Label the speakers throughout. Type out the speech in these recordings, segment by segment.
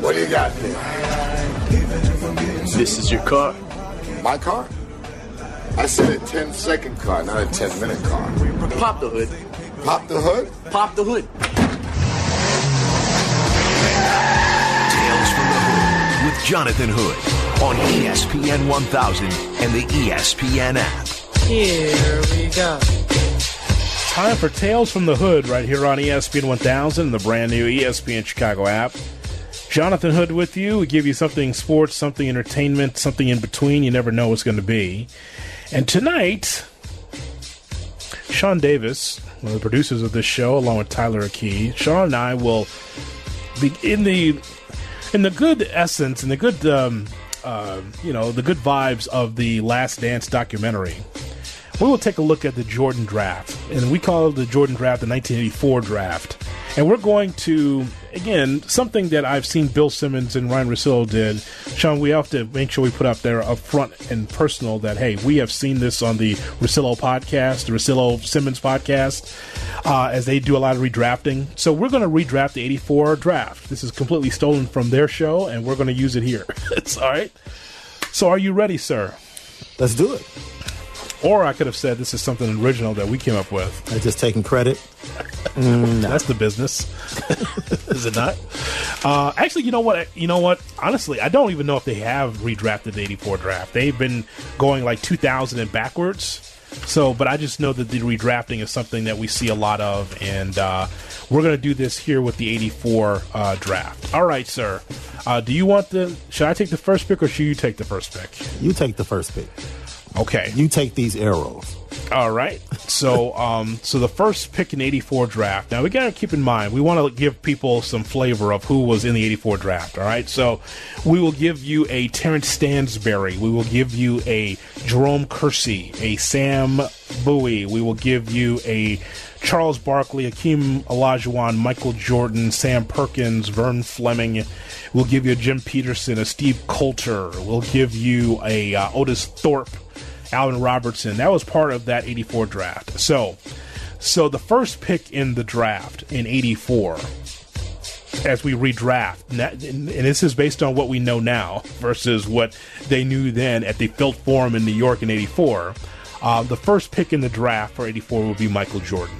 Speaker 1: what you got there?
Speaker 2: This is your car.
Speaker 1: My car? I said a 10 second car, not a 10 minute car.
Speaker 2: Pop the hood.
Speaker 1: Pop the hood?
Speaker 2: Pop the hood.
Speaker 3: Tales from the Hood with Jonathan Hood on E ESPN 1000 and the E ESPN app.
Speaker 4: Here we go.
Speaker 5: Time for Tales from the Hood right here on E ESPN 1000 and the brand new E ESPN Chicago app. Jonathan Hood with you. We give you something sports, something entertainment, something in between. You never know what's going to be. And tonight, Sean Davis, one of the producers of this show, along with Tyler Akey, Sean and I will be in the in the good essence and the good um, uh, you know the good vibes of the Last Dance documentary we will take a look at the Jordan draft. And we call the Jordan draft the 1984 draft. And we're going to, again, something that I've seen Bill Simmons and Ryan Russell did. Sean, we have to make sure we put out there up front and personal that, hey, we have seen this on the Russillo podcast, the Russillo Simmons podcast, uh, as they do a lot of redrafting. So we're going to redraft the 84 draft. This is completely stolen from their show, and we're going to use it here. it's all right. So are you ready, sir?
Speaker 6: Let's do it.
Speaker 5: Or I could have said this is something original that we came up with.
Speaker 6: I just taking credit.
Speaker 5: That's the business, is it not? Uh, actually, you know what? You know what? Honestly, I don't even know if they have redrafted the '84 draft. They've been going like 2000 and backwards. So, but I just know that the redrafting is something that we see a lot of, and uh, we're going to do this here with the '84 uh, draft. All right, sir. Uh, do you want the? Should I take the first pick or should you take the first pick?
Speaker 6: You take the first pick.
Speaker 5: Okay.
Speaker 6: You take these arrows.
Speaker 5: All right. So, um, so the first pick in '84 draft. Now we got to keep in mind we want to give people some flavor of who was in the '84 draft. All right. So, we will give you a Terrence Stansberry. We will give you a Jerome Kersey, a Sam Bowie. We will give you a Charles Barkley, Akeem Olajuwon, Michael Jordan, Sam Perkins, Vern Fleming. We'll give you a Jim Peterson, a Steve Coulter. We'll give you a uh, Otis Thorpe. Allen Robertson. That was part of that 84 draft. So, so the first pick in the draft in 84 as we redraft, and that- and this is based on what we know now versus what they knew then at the Felt Forum in New York in 84. Uh, the first pick in the draft for 84 will be Michael Jordan.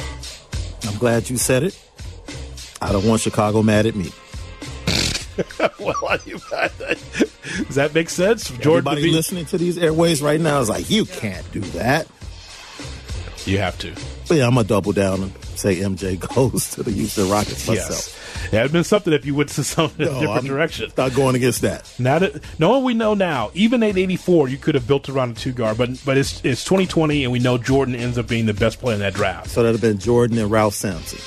Speaker 6: I'm glad you said it. I don't want Chicago mad at me.
Speaker 5: well, you- does that make sense? Jordan would
Speaker 6: Everybody
Speaker 5: be-
Speaker 6: listening to these airways right now is like, you can't do that.
Speaker 5: you have to.
Speaker 6: But yeah, I'm gonna double down and say MJ goes to the Houston Rockets myself.
Speaker 5: Yes. That would have been something if you went to some
Speaker 6: No,
Speaker 5: different
Speaker 6: I'm
Speaker 5: direction.
Speaker 6: Not going against that.
Speaker 5: Now that knowing we know now, even at 84, you could have built around a two guard, but but it's it's 2020, and we know Jordan ends up being the best player in that draft.
Speaker 6: So that'd have been Jordan and Ralph Sampson.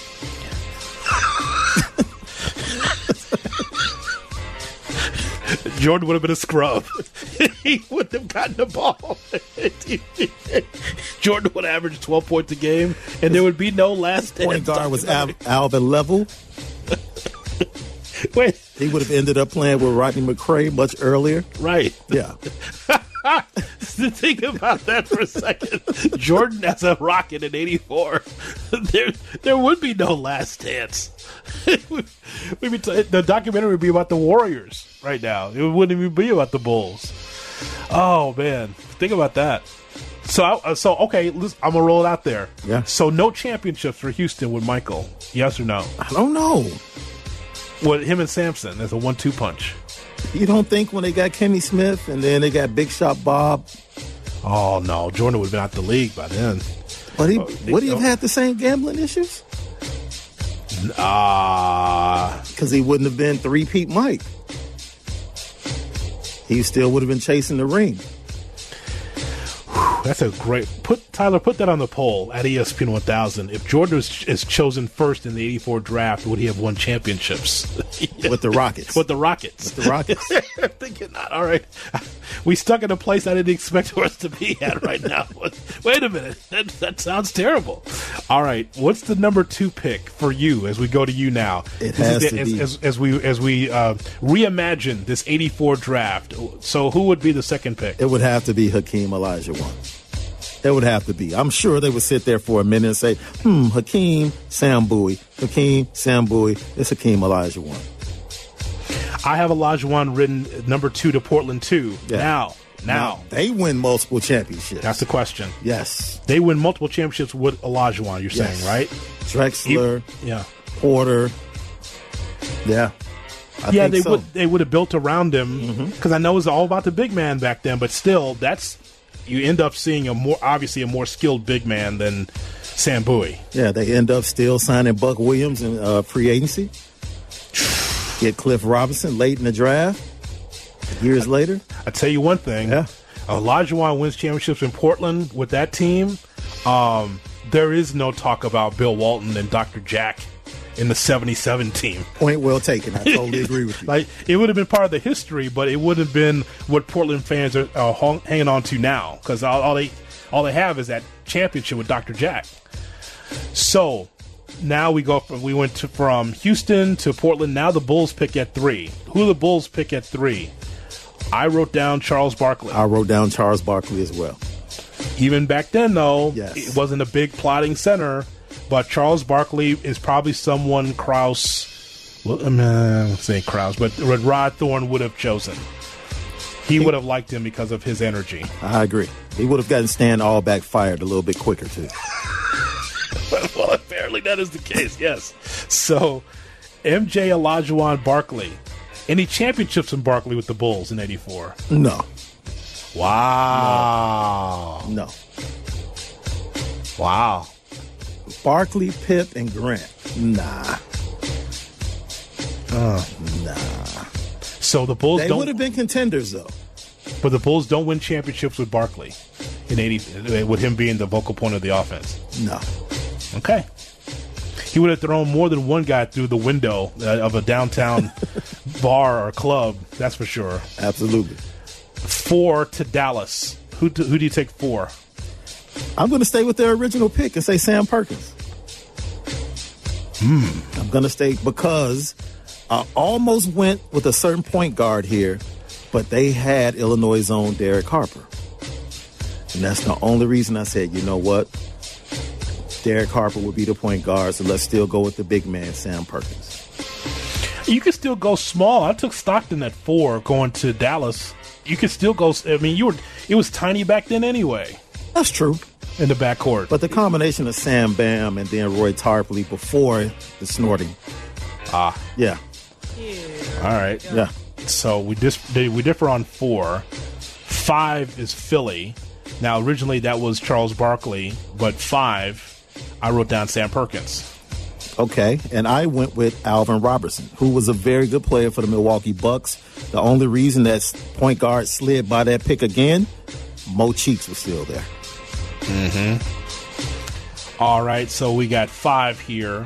Speaker 5: Jordan would have been a scrub. he wouldn't have gotten the ball. Jordan would average 12 points a game, and there would be no last
Speaker 6: Point
Speaker 5: dance
Speaker 6: guard was
Speaker 5: documentary.
Speaker 6: Al- Alvin Level.
Speaker 5: Wait,
Speaker 6: He would have ended up playing with Rodney McCray much earlier.
Speaker 5: right.
Speaker 6: Yeah.
Speaker 5: Think about that for a second. Jordan as a rocket in '84. There, there would be no last dance. We'd be t- the documentary would be about the Warriors right now. It wouldn't even be about the Bulls. Oh man, think about that. So, I, uh, so okay, let's- I'm gonna roll it out there.
Speaker 6: Yeah.
Speaker 5: So, no championships for Houston with Michael. Yes or no?
Speaker 6: I don't know.
Speaker 5: With him and Samson as a one-two punch.
Speaker 6: You don't think when they got Kenny Smith and then they got Big Shot Bob,
Speaker 5: Oh no, Jordan would have been out the league by then.
Speaker 6: but he
Speaker 5: Oh, they
Speaker 6: would he have
Speaker 5: don't.
Speaker 6: had the same gambling issues?
Speaker 5: Ah.
Speaker 6: Because he wouldn't have been three peat Mike. He still would have been chasing the ring.
Speaker 5: That's a great put, Tyler. Put that on the poll at E ESPN 1000. If Jordan was, is chosen first in the '84 draft, would he have won championships
Speaker 6: With the Rockets.
Speaker 5: with the Rockets?
Speaker 6: the Rockets.
Speaker 5: I'm thinking not. All right, we stuck in a place I didn't expect us to be at right now. Wait a minute, that, that sounds terrible. All right, what's the number two pick for you as we go to you now?
Speaker 6: It
Speaker 5: This is
Speaker 6: has
Speaker 5: the-
Speaker 6: to
Speaker 5: as,
Speaker 6: be-
Speaker 5: as, as we as we uh, reimagine this '84 draft. So, who would be the second pick?
Speaker 6: it would have to be Hakeem Olajuwon. It would have to be. I'm sure they would sit there for a minute and say, hmm, Hakeem, Sam Bowie. Hakeem, Sam Bowie. It's Hakeem Olajuwon.
Speaker 5: I have Olajuwon written number two to Portland too.
Speaker 6: Yeah.
Speaker 5: Now, now,
Speaker 6: They win multiple championships.
Speaker 5: that's the question.
Speaker 6: yes.
Speaker 5: They win multiple championships with Olajuwon. You're
Speaker 6: Yes.
Speaker 5: saying right?
Speaker 6: Drexler,
Speaker 5: Yeah.
Speaker 6: Porter. Yeah. I
Speaker 5: yeah,
Speaker 6: think
Speaker 5: they
Speaker 6: so. Mm-hmm.
Speaker 5: would they would have built around him because I know it was all about the big man back then. But still, that's you end up seeing a more obviously a more skilled big man than Sam Bowie.
Speaker 6: Yeah, they end up still signing Buck Williams in uh, free agency. Get Cliff Robinson late in the draft. Years later,
Speaker 5: I tell you one thing,
Speaker 6: Yeah.
Speaker 5: Olajuwon wins championships in Portland with that team. Um, there is no talk about Bill Walton and Dr. Jack in the '77 team.
Speaker 6: point well taken. I totally agree with you.
Speaker 5: Like it would have been part of the history, but it would have been what Portland fans are, are hung, hanging on to now because all, all they all they have is that championship with Dr. Jack. So now we go from we went to, from Houston to Portland. Now the Bulls pick at three. Who the Bulls pick at three? I wrote down Charles Barkley.
Speaker 6: I wrote down Charles Barkley as well.
Speaker 5: Even back then, though,
Speaker 6: Yes.
Speaker 5: it wasn't a big plotting center. But Charles Barkley is probably someone Kraus, well, I mean, I won't say Kraus, but Rod Thorne would have chosen. He would have liked him because of his energy.
Speaker 6: I agree. He would have gotten Stan all back fired a little bit quicker too.
Speaker 5: well, apparently that is the case. Yes. So, MJ, Olajuwon, Barkley. Any championships in Barkley with the Bulls in '84?
Speaker 6: No,
Speaker 5: Wow!
Speaker 6: no.
Speaker 5: Wow!
Speaker 6: Barkley, Pip, and Grant. Nah,
Speaker 5: So the Bulls
Speaker 6: they
Speaker 5: don't.
Speaker 6: would have been contenders though.
Speaker 5: But the Bulls don't win championships with Barkley in eighty with him being the vocal point of the offense.
Speaker 6: No,
Speaker 5: Okay. He would have thrown more than one guy through the window uh, of a downtown bar or club, that's for sure.
Speaker 6: absolutely.
Speaker 5: Four to Dallas. Who do, who do you take four?
Speaker 6: I'm going to stay with their original pick and say Sam Perkins. Hmm. I'm going to stay because I almost went with a certain point guard here, but they had Illinois' own Derek Harper. And that's the only reason I said, you know what? Derek Harper would be the point guard, so let's still go with the big man, Sam Perkins.
Speaker 5: You could still go small. I took Stockton at four going to Dallas. You could still go. s- I mean, you were it was tiny back then anyway
Speaker 6: That's true.
Speaker 5: in the backcourt.
Speaker 6: But the combination of Sam Bam and then Roy Tarpley before the snorting. Ah. Yeah.
Speaker 5: all right,
Speaker 6: Yeah.
Speaker 5: So we dis- they- we differ on four. Five is Philly. Now originally that was Charles Barkley, but five, I wrote down Sam Perkins.
Speaker 6: Okay, and I went with Alvin Robertson, who was a very good player for the Milwaukee Bucks. The only reason that s- point guard slid by that pick again, Mo Cheeks was still there.
Speaker 5: All right, so we got five here.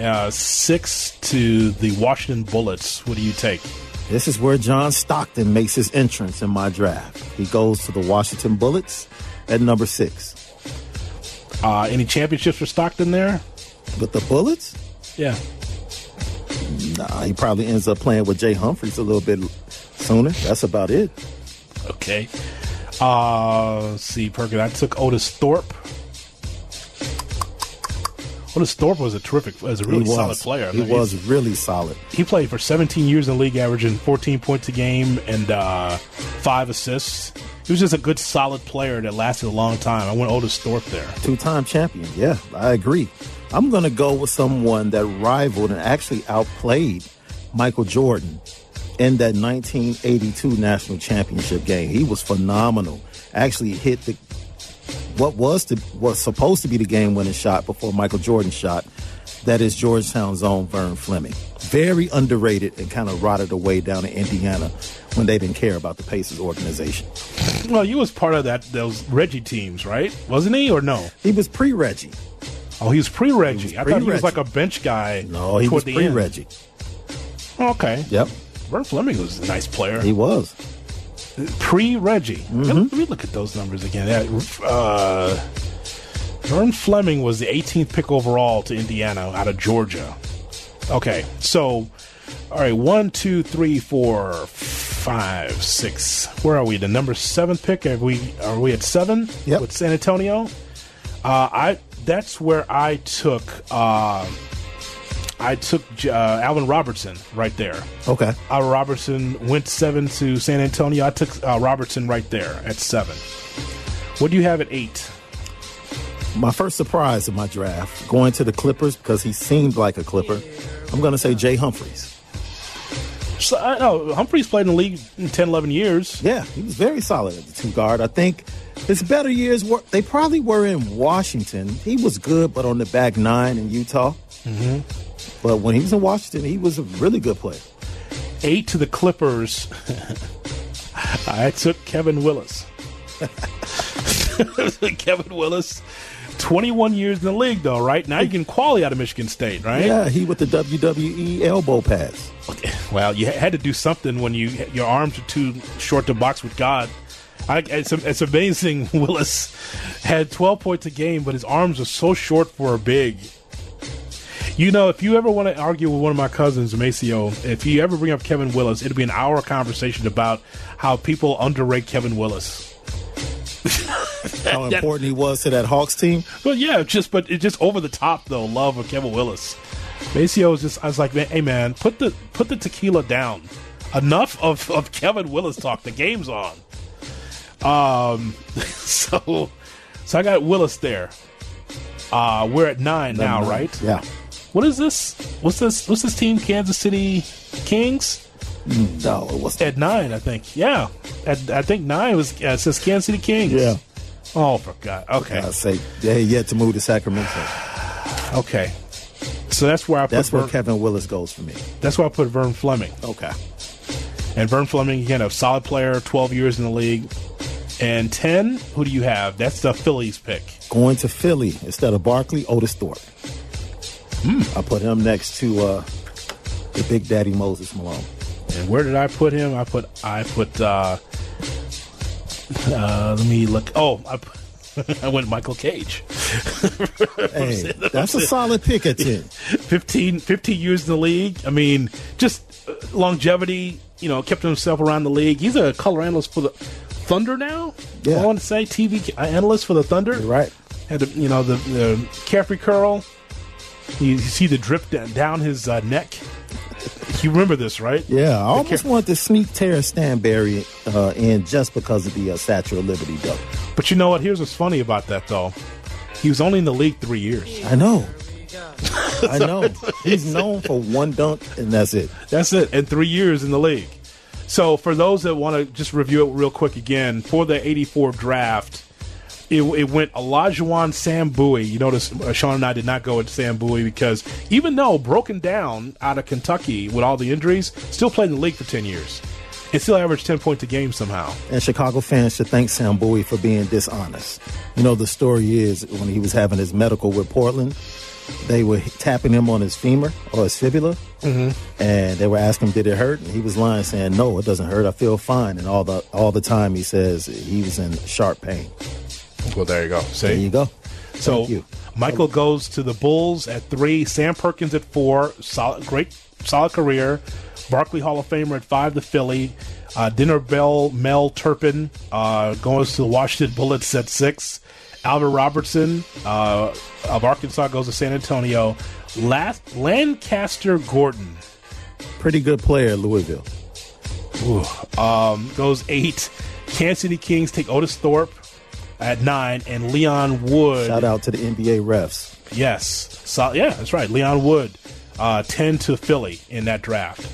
Speaker 5: Uh, six to the Washington Bullets. What do you take?
Speaker 6: This is where John Stockton makes his entrance in my draft. He goes to the Washington Bullets at number six.
Speaker 5: Uh, any championships for Stockton there?
Speaker 6: But the Bullets?
Speaker 5: Yeah.
Speaker 6: Nah, he probably ends up playing with Jay Humphries a little bit l- sooner. That's about it.
Speaker 5: Okay. Uh, let's see, Perkins. I took Otis Thorpe. Otis Thorpe was a terrific, was a really
Speaker 6: he was,
Speaker 5: solid player.
Speaker 6: He
Speaker 5: He's-
Speaker 6: was really solid.
Speaker 5: he played for 17 years in the league, averaging 14 points a game and uh, five assists. He was just a good, solid player that lasted a long time. I went Otis Thorpe there.
Speaker 6: Two time champion. Yeah, I agree. I'm going to go with someone that rivaled and actually outplayed Michael Jordan in that 1982 national championship game. He was phenomenal. Actually hit the what was the was supposed to be the game winning shot before Michael Jordan shot. That is Georgetown's own Vern Fleming. Very underrated and kind of rotted away down in Indiana when they didn't care about the Pacers organization.
Speaker 5: Well, you was part of that those Reggie teams, right? Wasn't he, or no?
Speaker 6: He was pre Reggie.
Speaker 5: Oh, he was pre-Reggie.
Speaker 6: He was
Speaker 5: I thought he was like
Speaker 6: pre-Reggie.
Speaker 5: a bench guy.
Speaker 6: No, he
Speaker 5: toward
Speaker 6: was
Speaker 5: the
Speaker 6: pre
Speaker 5: end.
Speaker 6: Reggie.
Speaker 5: Okay.
Speaker 6: Yep,
Speaker 5: Vern Fleming was a nice player.
Speaker 6: he was.
Speaker 5: pre-Reggie. Let, let me look at those numbers again. That, uh, Vern Fleming was the 18th pick overall to Indiana out of Georgia. Okay, so all right, one, two, three, four, five, six. Where are we? The number seven pick. Are we? Are we at seven?
Speaker 6: Yep.
Speaker 5: With San Antonio. Uh, I. That's where I took. Uh, I took uh, Alvin Robertson right there.
Speaker 6: Okay.
Speaker 5: Uh, Robertson went seven to San Antonio. I took uh, Robertson right there at seven. What do you have at eight?
Speaker 6: My first surprise in my draft, going to the Clippers because he seemed like a Clipper. I'm going to say Jay Humphreys.
Speaker 5: So, I know Humphreys played in the league in 10, 11 years.
Speaker 6: Yeah, he was very solid at the two guard. I think his better years were, they probably were in Washington. He was good, but on the back nine in Utah. But when he was in Washington, he was a really good player.
Speaker 5: Eight to the Clippers. I took Kevin Willis. Kevin Willis, 21 years in the league, though, right? Now you can qualify out of Michigan State, right?
Speaker 6: Yeah, he with the WWE elbow pads.
Speaker 5: Well, you had to do something when you your arms are too short to box with God. I, it's, it's amazing. Willis had 12 points a game, but his arms are so short for a big. You know, if you ever want to argue with one of my cousins, Maceo, if you ever bring up Kevin Willis, it'll be an hour conversation about how people underrate Kevin Willis.
Speaker 6: How important he was to that Hawks team.
Speaker 5: But yeah, it's just but it's just over the top though. Love of Kevin Willis. Maceo was just I was like, man, hey man, put the put the tequila down. Enough of, of Kevin Willis talk. The game's on. Um, so so I got Willis there. Uh, we're at nine now, right?
Speaker 6: Yeah.
Speaker 5: What is this? What's this? What's this team? Kansas City Kings
Speaker 6: No, it was
Speaker 5: at nine, I think. Yeah, at, I think nine was uh, it says Kansas City Kings.
Speaker 6: Yeah.
Speaker 5: Oh, for God. Okay.
Speaker 6: I say they yet to move to Sacramento.
Speaker 5: Okay. So that's where I put
Speaker 6: That's where
Speaker 5: Vern-
Speaker 6: Kevin Willis goes for me.
Speaker 5: That's why I put Vern Fleming.
Speaker 6: Okay.
Speaker 5: And Vern Fleming, again, a solid player, 12 years in the league. And 10, who do you have? That's the Phillies pick.
Speaker 6: Going to Philly instead of Barkley, Otis Thorpe. I put him next to uh, the Big Daddy Moses Malone.
Speaker 5: And where did I put him? I put, I put, uh, uh, let me look. Oh, I, put, I went Michael Cage.
Speaker 6: Hey, that's a solid pick at 10.
Speaker 5: 15, 15 years in the league. I mean, just uh, longevity, you know, kept himself around the league. He's a color analyst for the Thunder now.
Speaker 6: Yeah.
Speaker 5: I want to say TV analyst for the Thunder.
Speaker 6: You're right.
Speaker 5: had the, you know the, the carefree curl. You, you see the drip da- down his uh, neck. You remember this, right?
Speaker 6: Yeah, I almost
Speaker 5: care-
Speaker 6: wanted to sneak Terrence Stanberry uh, in just because of the uh, Statue of Liberty double.
Speaker 5: But you know what? Here's what's funny about that though. He was only in the league three years.
Speaker 6: I know. I know. He's known for one dunk, and that's it.
Speaker 5: That's it, and three years in the league. So for those that want to just review it real quick again for the '84 draft. It, it went Olajuwon Sam Bowie. You notice uh, Sean and I did not go with Sam Bowie because even though broken down out of Kentucky with all the injuries, still played in the league for 10 years and still averaged 10 points a game somehow.
Speaker 6: And Chicago fans should thank Sam Bowie for being dishonest. You know, the story is when he was having his medical with Portland, they were tapping him on his femur or his fibula,
Speaker 5: Mm-hmm.
Speaker 6: and they were asking him, "Did it hurt?" And he was lying, saying, "No, it doesn't hurt. I feel fine." And all the all the time, he says he was in sharp pain.
Speaker 5: Well, there you go. See?
Speaker 6: There you go.
Speaker 5: So
Speaker 6: Thank you.
Speaker 5: Michael goes to the Bulls at three, Sam Perkins at four, solid, great, solid career. Barkley Hall of Famer at five, the Philly. Uh, Dinner Bell, Mel Turpin uh, goes to the Washington Bullets at six. Albert Robertson uh, of Arkansas goes to San Antonio. Last, Lancaster Gordon
Speaker 6: Pretty good player, Louisville.
Speaker 5: goes eight. Kansas City Kings take Otis Thorpe at nine, and Leon Wood.
Speaker 6: Shout out to the NBA refs.
Speaker 5: Yes. So, yeah, that's right. Leon Wood, uh, 10 to Philly in that draft.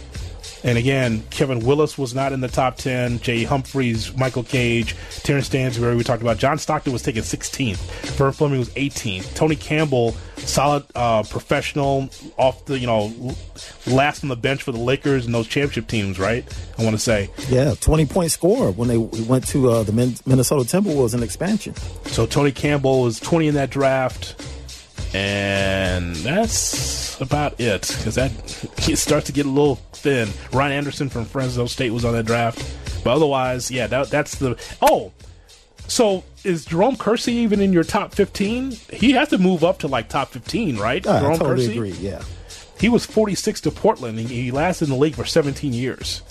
Speaker 5: And again, Kevin Willis was not in the top 10. Jay Humphreys, Michael Cage, Terrence Stansbury, we talked about. John Stockton was taken 16th. Vern Fleming was 18th. Tony Campbell, solid uh, professional, off the, you know, l- last on the bench for the Lakers and those championship teams, right? I want to say.
Speaker 6: Yeah, twenty point scorer when they went to uh, the Min- Minnesota Timberwolves in expansion.
Speaker 5: So Tony Campbell is 20 in that draft. And that's about it because that it starts to get a little thin. Ryan Anderson from Fresno State was on that draft, but otherwise, yeah, that, that's the. Oh, so is Jerome Kersey even in your top fifteen? He has to move up to like top fifteen, right?
Speaker 6: I
Speaker 5: Jerome
Speaker 6: totally
Speaker 5: Kersey?
Speaker 6: agree. Yeah.
Speaker 5: He was forty six to Portland, and he lasted in the league for seventeen years.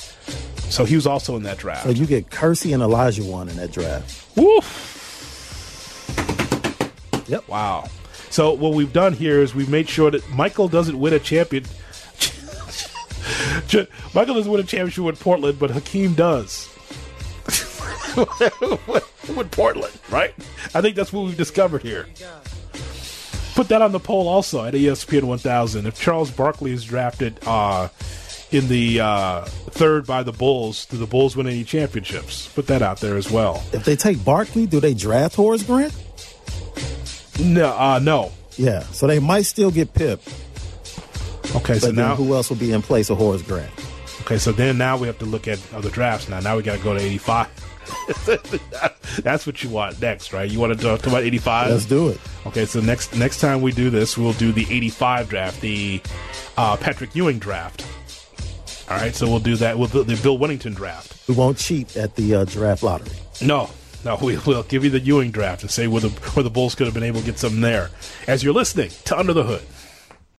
Speaker 5: So he was also in that draft.
Speaker 6: So you get Kersey and Elijah one in that draft.
Speaker 5: Woof.
Speaker 6: Yep.
Speaker 5: Wow. So what we've done here is we've made sure that Michael doesn't win a champion. Ch- Michael doesn't win a championship with Portland, but Hakeem does. with Portland, right? I think that's what we've discovered here. Put that on the poll also at E ESPN 1000. If Charles Barkley is drafted uh, in the uh, third by the Bulls, do the Bulls win any championships? Put that out there as well.
Speaker 6: If they take Barkley, do they draft Horace Grant?
Speaker 5: No, uh, no.
Speaker 6: Yeah. So they might still get Pip,
Speaker 5: Okay,
Speaker 6: but
Speaker 5: so
Speaker 6: now
Speaker 5: now
Speaker 6: who else will be in place of Horace Grant?
Speaker 5: Okay, so then now we have to look at other drafts now. Now we got to go to 85. That's what you want next, right? You want to talk about 85?
Speaker 6: Let's do it.
Speaker 5: Okay, so next next time we do this, we'll do the 85 draft, the uh, Patrick Ewing draft. All right, so we'll do that. We'll do the Bill Winnington draft.
Speaker 6: We won't cheat at the uh, draft lottery.
Speaker 5: No, no, we will give you the Ewing draft and say where the where the Bulls could have been able to get something there. As you're listening to Under the Hood.